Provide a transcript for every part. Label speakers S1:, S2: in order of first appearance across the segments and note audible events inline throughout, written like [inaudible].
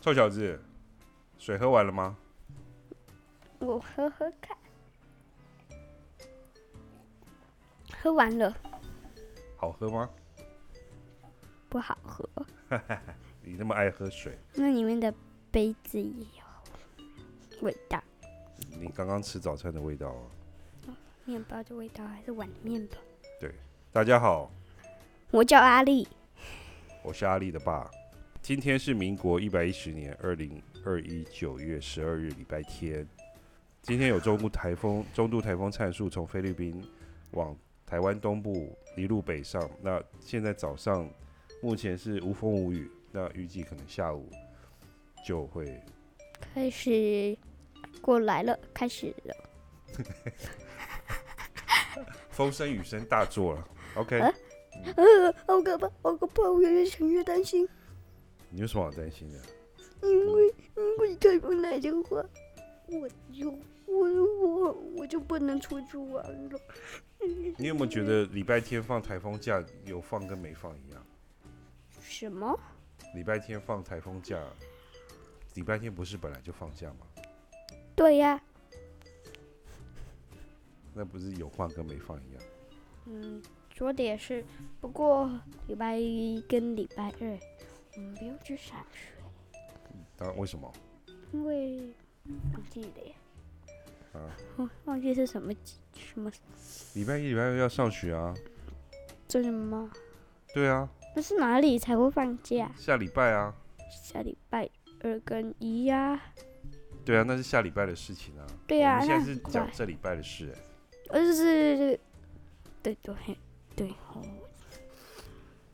S1: 臭小子，水喝完了吗？
S2: 我喝喝看。喝完了，
S1: 好喝吗？
S2: 不好喝。
S1: 你那么爱喝水，
S2: 那里面的杯子也有味道，
S1: 你刚刚吃早餐的味道啊！
S2: 面包的味道还是碗里面的。
S1: 大家好，
S2: 我叫阿丽，
S1: 我是阿力的爸。今天是民国一百一十年二零二一九月十二日，礼拜天。今天有中部台风， [laughs] 中度台风灿数从菲律宾往台湾东部一路北上。那现在早上目前是无风无雨，那预计可能下午就会
S2: 开始过来了，开始了。
S1: 风声雨声大作了。OK，
S2: 啊呃，好可怕，好可怕！我越想越担心，
S1: 你有什么好担心的？
S2: 因为因为台风来的话，我就我我我就不能出去玩了。
S1: 你有没有觉得礼拜天放台风假有放跟没放一样？
S2: 什么？
S1: 礼拜天放台风假，礼拜天不是本来就放假吗？
S2: 对呀、
S1: 那不是有放跟没放一样？
S2: 嗯，说的也是。不过礼拜一跟礼拜二，我们不用去上学，
S1: 当然，为什么？
S2: 因为忘记了耶。
S1: 啊，
S2: 忘忘记是什么几什么
S1: 礼拜一、礼拜二要上学啊？
S2: 这什么？
S1: 对啊，
S2: 那是哪里才会放假？
S1: 下礼拜啊，
S2: 下礼拜二跟一呀、
S1: 对啊，那是下礼拜的事情啊。
S2: 对呀、
S1: 我们
S2: 那
S1: 现在
S2: 很
S1: 是
S2: 快
S1: 讲。这礼拜的事、欸。
S2: 我就是，对对对哦，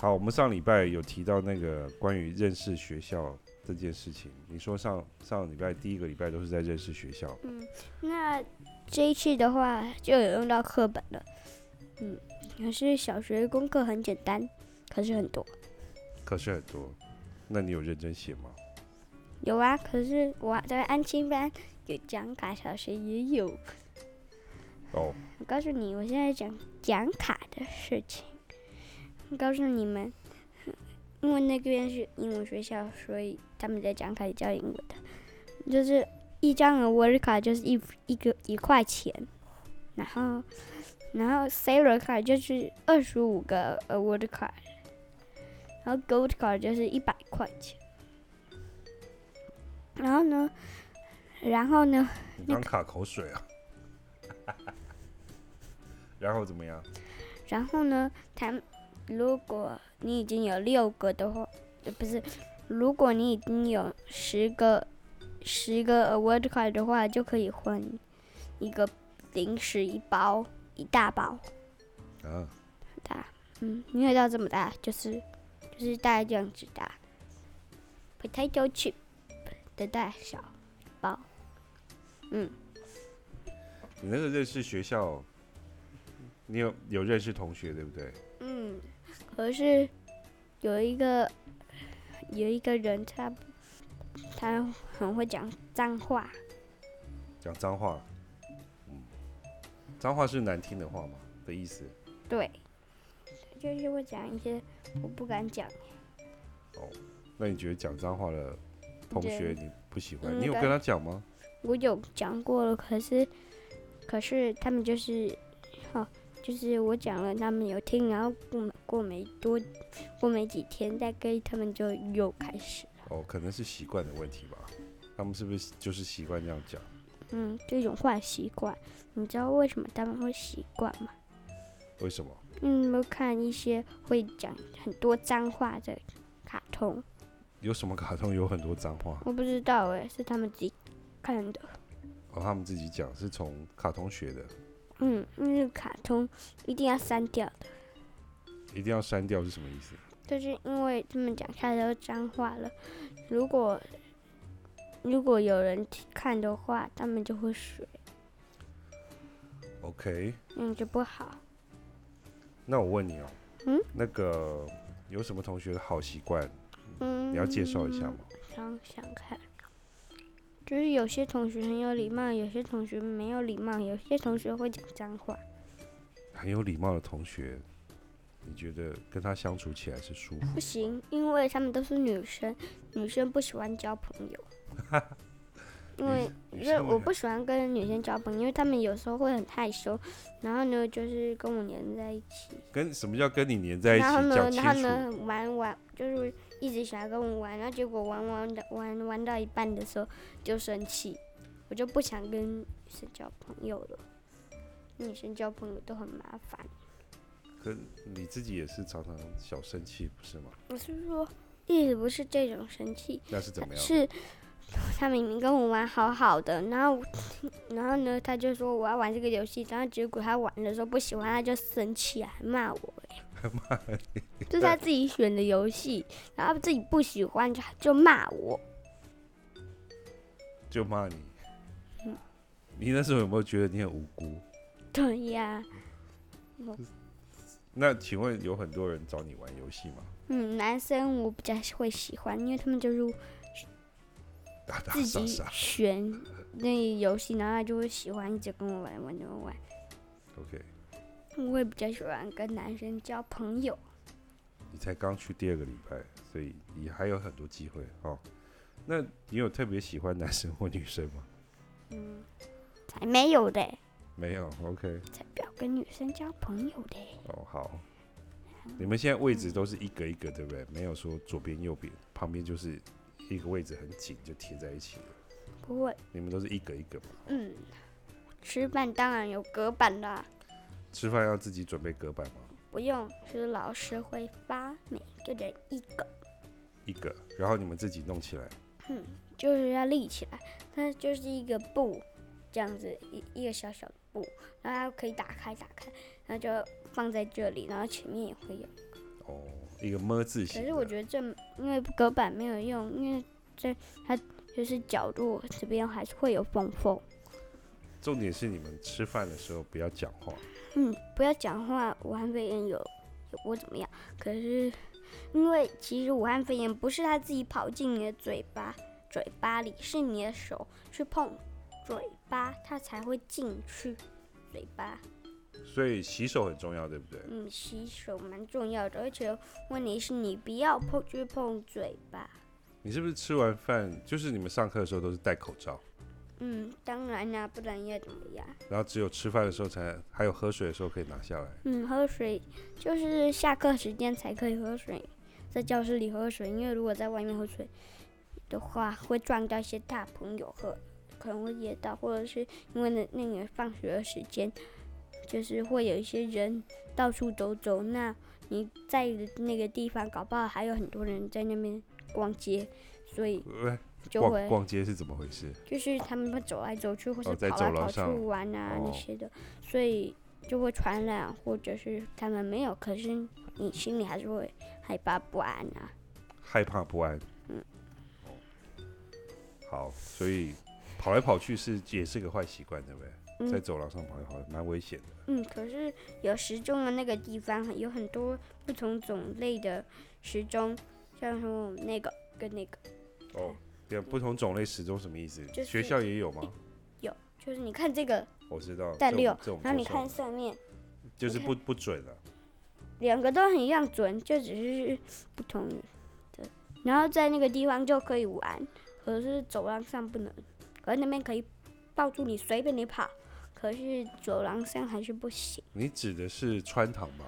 S1: 好，我们上礼拜有提到那个关于认识学校这件事情。你说上上礼拜第一个礼拜都是在认识学校，
S2: 嗯，那这一次的话就有用到课本了。嗯，可是小学功课很简单，可是很多。
S1: 可是很多，那你有认真写吗？
S2: 有啊，可是我在安亲班有讲卡，小学也有。
S1: 哦，
S2: 我告诉你，我现在讲讲卡的事情。我告诉你们，因为那边是英文学校，所以他们在讲卡也教英文的，就是一张的 word 卡就是一一个一块钱，然后然后 silver 卡就是二十五个呃 word 卡，然后 gold 卡就是一百块钱。然后呢，然后呢，
S1: 你刚卡口水啊。 [laughs] 然后怎么样？
S2: 然后呢，他们如果你已经有六个的话，呃不是，如果你已经有十个十个 award card 的话，就可以换一个零食一包，一大包，
S1: 啊，
S2: 很大，嗯，没有到这么大，就是就是大概这样子大，potato chip 的大小包，
S1: 你那个认识学校，你有有认识同学对不对？
S2: 嗯，可是有一个有一个人他，他很会讲脏话，
S1: 讲脏话，嗯，脏话是难听的话吗？的意思？
S2: 对，就是会讲一些我不敢讲。
S1: 那你觉得讲脏话的同学
S2: 对
S1: 你不喜欢？
S2: 嗯
S1: 你有跟他讲吗？
S2: 我有讲过了，可是可是他们就是，哦，就是我讲了，他们有听，然后过过没多过没几天，大概他们就又开始，
S1: 哦，可能是习惯的问题吧。他们是不是就是习惯这样讲？
S2: 嗯，这种坏习惯，你知道为什么他们会习惯吗？
S1: 为什么？
S2: 嗯你有没有看一些会讲很多脏话的卡通？
S1: 有什么卡通有很多脏话？
S2: 我不知道哎，是他们自己看的。
S1: 哦，他们自己讲是从卡通学的，
S2: 嗯，因为卡通一定要删掉的，
S1: 一定要删掉是什么意思？
S2: 就是因为他们讲太多脏话了。如果如果有人听看的话，他们就会水，
S1: OK，
S2: 那样就不好。
S1: 那我问你哦，
S2: 嗯，
S1: 那个有什么同学的好习惯，
S2: 嗯，
S1: 你要介绍一下吗？
S2: 想想看，就是有些同学很有礼貌，有些同学没有礼貌，有些同学会讲脏话。
S1: 很有礼貌的同学，你觉得跟他相处起来是舒服？
S2: 不行，因为他们都是女生，女生不喜欢交朋友。
S1: [laughs]
S2: 因为
S1: 女
S2: 因
S1: 生
S2: 为
S1: 为
S2: 我不喜欢跟女生交朋友，因为她们有时候会很害羞，然后呢就是跟我黏在一起，
S1: 跟什么叫跟你黏在一起
S2: 然后呢
S1: 讲，清
S2: 然后
S1: 楚？
S2: 呢玩玩就是一直想要跟我玩，然后结果玩玩的玩玩到一半的时候就生气，我就不想跟女生交朋友了。女生交朋友都很麻烦，
S1: 可你自己也是常常小生气，不是吗？
S2: 我是说意思不是这种生气，
S1: 那是怎么样？
S2: 是他明明跟我玩好好的，然后然后呢，他就说我要玩这个游戏，然后结果他玩的时候不喜欢，他就生气啊，还骂我、欸，骂就是他自己选的游戏，然后他自己不喜欢就就骂我，
S1: 就骂你。
S2: 嗯
S1: 你那时候有没有觉得你很无辜？
S2: 对呀，
S1: 那请问有很多人找你玩游戏吗？
S2: 嗯，男生我比较会喜欢，因为他们就是
S1: 打打
S2: 自
S1: 杀
S2: 己
S1: 杀
S2: 选那个游戏，然后他就会喜欢一直跟我玩玩着玩，
S1: ，OK。
S2: 我也比较喜欢跟男生交朋友。
S1: 你才刚去第二个礼拜，所以你还有很多机会哦。那你有特别喜欢男生或女生吗？ [laughs]
S2: 嗯，才没有的，欸
S1: 没有，OK。
S2: 才不要跟女生交朋友的。
S1: 哦，好。你们现在位置都是一格一格，对不对？没有说左边右边，旁边就是一个位置很紧，就贴在一起了。
S2: 不会，
S1: 你们都是一格一格嘛？
S2: 嗯，吃饭当然有隔板啦，
S1: 吃饭要自己准备隔板吗？
S2: 不用，是老师会发每个人一个，
S1: 一个，然后你们自己弄起来。
S2: 就是要立起来，它就是一个布，这样子一一个小小的布，然后它可以打开打开，然后就放在这里，然后前面也会有。
S1: 哦，一个么字形
S2: 可
S1: 的。
S2: 是我觉得这因为隔板没有用，因为这它就是角落这边还是会有缝缝。
S1: 重点是你们吃饭的时候不要讲话。
S2: 嗯，不要讲话，武汉肺炎有有我怎么样？可是因为其实武汉肺炎不是它自己跑进你的嘴巴嘴巴里，是你的手去碰嘴巴，它才会进去嘴巴。
S1: 所以洗手很重要，对不对？
S2: 嗯，洗手蛮重要的，而且问题是你不要碰去碰嘴巴。
S1: 你是不是吃完饭，就是你们上课的时候都是戴口罩，
S2: 嗯，当然啦、不然要怎么样？
S1: 然后只有吃饭的时候才，还有喝水的时候可以拿下来？
S2: 嗯，喝水就是下课时间才可以喝水，在教室里喝水，因为如果在外面喝水的话，会撞到一些大朋友喝，可能会噎到，或者是因为那那个放学的时间，就是会有一些人到处走走，那你在那个地方，搞不好还有很多人在那边逛街，所以
S1: 呃
S2: 就会
S1: 逛逛街是怎么回事？
S2: 就是他们会走来走去，或
S1: 哦
S2: 是
S1: 在
S2: 跑来
S1: 走廊
S2: 跑去
S1: 上
S2: 玩啊、
S1: 哦
S2: 那些的，所以就会传染，或者是他们没有，可是你心里还是会害怕不安啊。
S1: 害怕不安。
S2: 嗯
S1: 哦。好，所以跑来跑去是也是个坏习惯，对不对？在
S2: 嗯
S1: 走廊上跑来跑去，蛮危险的。
S2: 嗯，可是有时钟的那个地方有很多不同种类的时钟，像是我们那个跟那个，
S1: 哦，对，不同种类时钟什么意思？
S2: 嗯就是
S1: 学校也有吗？
S2: 就是你看这个
S1: 我知道。
S2: 带
S1: 这
S2: 六
S1: 我这我，们
S2: 然
S1: 就
S2: 后你
S1: 算
S2: 看
S1: 了
S2: 上面
S1: 就是
S2: 你
S1: 不不准啊了、
S2: 两个都很一样准，就只是不同的。然后在那个地方就可以玩，可是走廊上不能。可是那边可以抱住你，随便你跑。可是走廊上还是不行，
S1: 你指的是穿堂吧？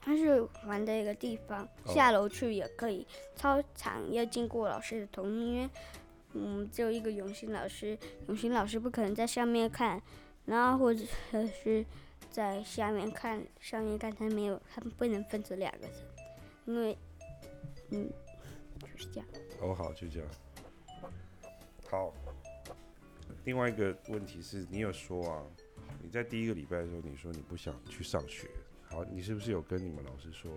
S2: 它是玩的一个地方，
S1: 哦
S2: 下楼去也可以。操场要经过老师的同意，因为嗯，只有一个永兴老师，永兴老师不可能在上面看，然后或者是在下面看，上面看他没有，他们不能分成两个人，因为嗯就是这样。
S1: 哦，好，就这样。好，另外一个问题是你有说啊，你在第一个礼拜的时候，你说你不想去上学，好，你是不是有跟你们老师说，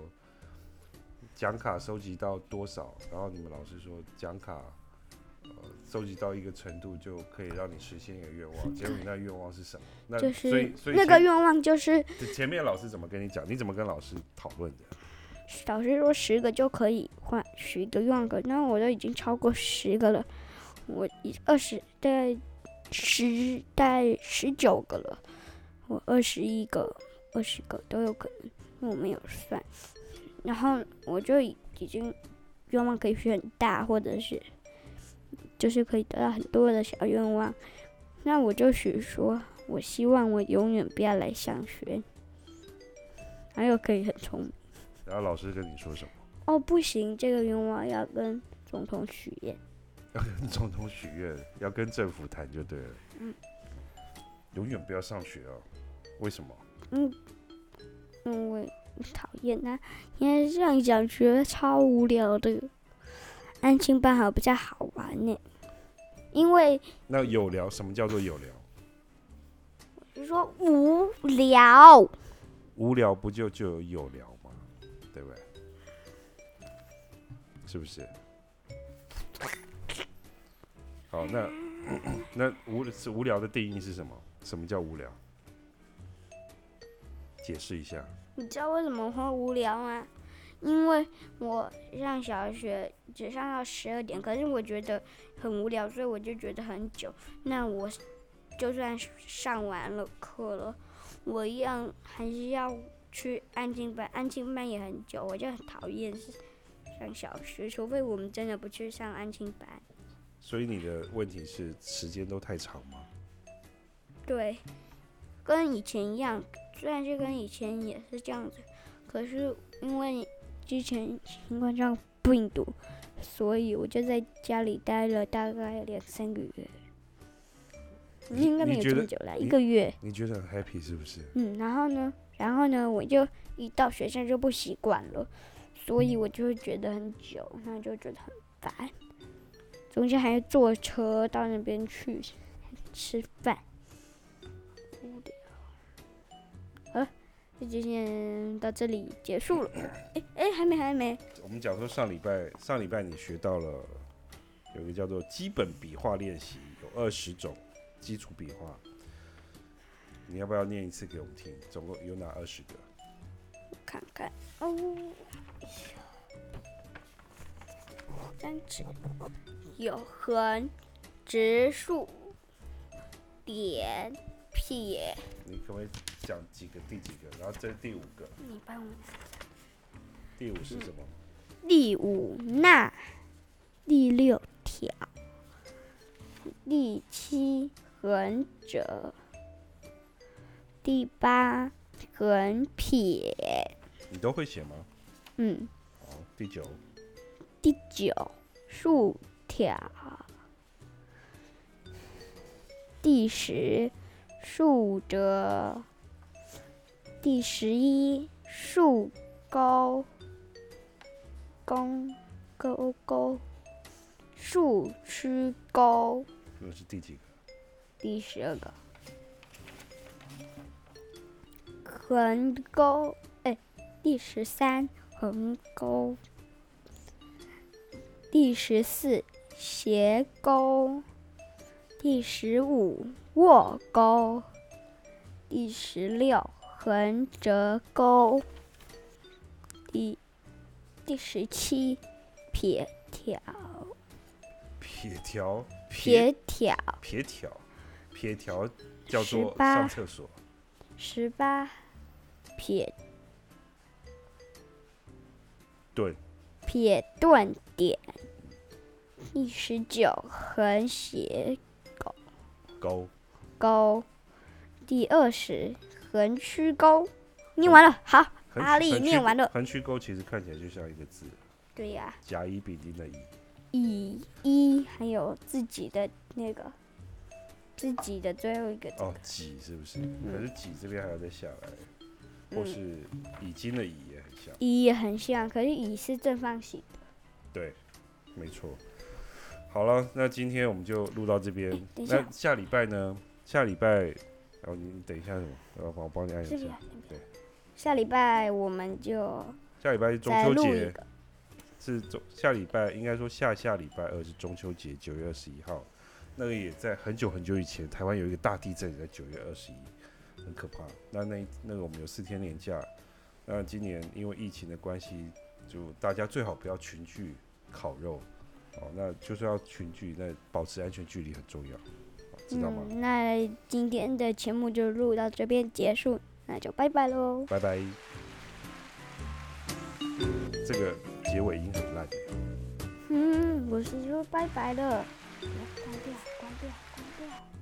S1: 奖卡收集到多少？然后你们老师说奖卡，呃，收集到一个程度就可以让你实现一个愿
S2: [laughs]
S1: 望。结果你那愿望是什么？那
S2: 就
S1: 呃所
S2: 是
S1: 以所以
S2: 那个愿望，就是
S1: 前前面老师怎么跟你讲？你怎么跟老师讨论的？
S2: 老师说十个就可以换许一个愿望，那我都已经超过十个了，我已二十大概十大概十九个了，我二十一个、二十个都有可能，我没有算。然后我就已已经愿望可以许很大，或者是就是可以得到很多的小愿望。那我就许说，我希望我永远不要来上学，还有可以很聪明。
S1: 然后老师跟你说什么？
S2: 哦，不行，这个愿望要跟总统许愿。
S1: 要跟总统许愿，要跟政府谈就对了。
S2: 嗯
S1: 永远不要上学哦。为什么？
S2: 嗯，因为我讨厌他，因为上一讲觉得超无聊的，安亲班好像比较好玩呢。因为
S1: 那有聊，什么叫做有聊？
S2: 你说无聊，
S1: 无聊不就就有有聊吗？对不对？是不是？好，那 [clears throat] 那无是无聊的定义是什么？什么叫无聊？解释一下。
S2: 你知道为什么会无聊吗？因为我上小学只上到十二点，可是我觉得很无聊，所以我就觉得很久。那我就算上完了课了，我一样还是要去安静班，安静班也很久，我就很讨厌上小学，除非我们真的不去上安静班。
S1: 所以你的问题是时间都太长吗？
S2: 对，跟以前一样，虽然是跟以前也是这样子，可是因为之前新冠状病毒，所以我就在家里待了大概两三个月，
S1: 你
S2: 应该
S1: 你
S2: 没有
S1: 觉
S2: 这
S1: 得
S2: 么久啦，
S1: 你
S2: 一个月。
S1: 你觉得很 happy 是不是？
S2: 嗯，然后呢，然后呢，我就一到学校就不习惯了，所以我就会觉得很久，然后就觉得很烦。中间还要坐车到那边去吃饭，无聊。好了，那今天到这里结束了。哎哎，还没还没，
S1: 我们讲说上礼拜上礼拜你学到了有一个叫做基本笔画练习，有二十种基础笔画。你要不要念一次给我们听？总共有哪二十个？
S2: 我看看哦。单指有横、直竖、点、撇。
S1: 你可不可以讲几个？第几个？然后这是第五个，
S2: 你帮我。
S1: 第五是什么？
S2: 第五捺，第六挑，第七横折，第八横撇，
S1: 你都会写吗？
S2: 嗯，
S1: 哦，第九，
S2: 第九竖挑，第十竖折，第十一竖钩，弓钩钩，竖曲钩，
S1: 又是第几
S2: [laughs]
S1: 个？
S2: 第十二个横钩，哎，第十三横钩，第十四斜钩，第十五卧钩，第十六横折钩，第第十七撇挑，
S1: 撇条，
S2: 撇挑。
S1: 撇条，撇条叫
S2: 十
S1: 做
S2: 八
S1: 上厕所。
S2: 十八撇
S1: 对，
S2: 撇断点，第十九横斜
S1: 高，
S2: 钩，第二十横曲钩。念完了，好，
S1: 横
S2: 阿
S1: 曲
S2: 力
S1: 横曲
S2: 念完了
S1: 横曲钩其实看起来就像一个字，
S2: 对呀、
S1: 甲乙丙丁的乙。
S2: 乙一还有自己的那个，自己的最后一个字，
S1: 哦，己是不是？
S2: 嗯
S1: 可是己这边还要再下来，或是已经的已也很像。
S2: 乙也很像，可是乙是正方形。
S1: 对，没错。好了，那今天我们就录到这边
S2: 哎。等一下
S1: 那下礼拜呢？下礼拜，哦，你你等一下什么？哦我帮我帮你按
S2: 这
S1: 一
S2: 边
S1: 下。对
S2: 下礼拜我们就
S1: 下礼拜是中
S2: 再
S1: 秋
S2: 录一
S1: 节，
S2: 个，
S1: 是中下礼拜，应该说下下礼拜二是中秋节，九月二十一号。那个也在很久很久以前，台湾有一个大地震，也在九月二十一，很可怕。那那那个我们有四天连假，那今年因为疫情的关系，就大家最好不要群聚烤肉，哦，那就是要群聚，那保持安全距离很重要，哦知道吗？
S2: 嗯，那今天的节目就录到这边结束，那就拜拜喽。
S1: 拜拜。结尾音很烂。
S2: 嗯，我是说拜拜了，关掉，关掉，关掉。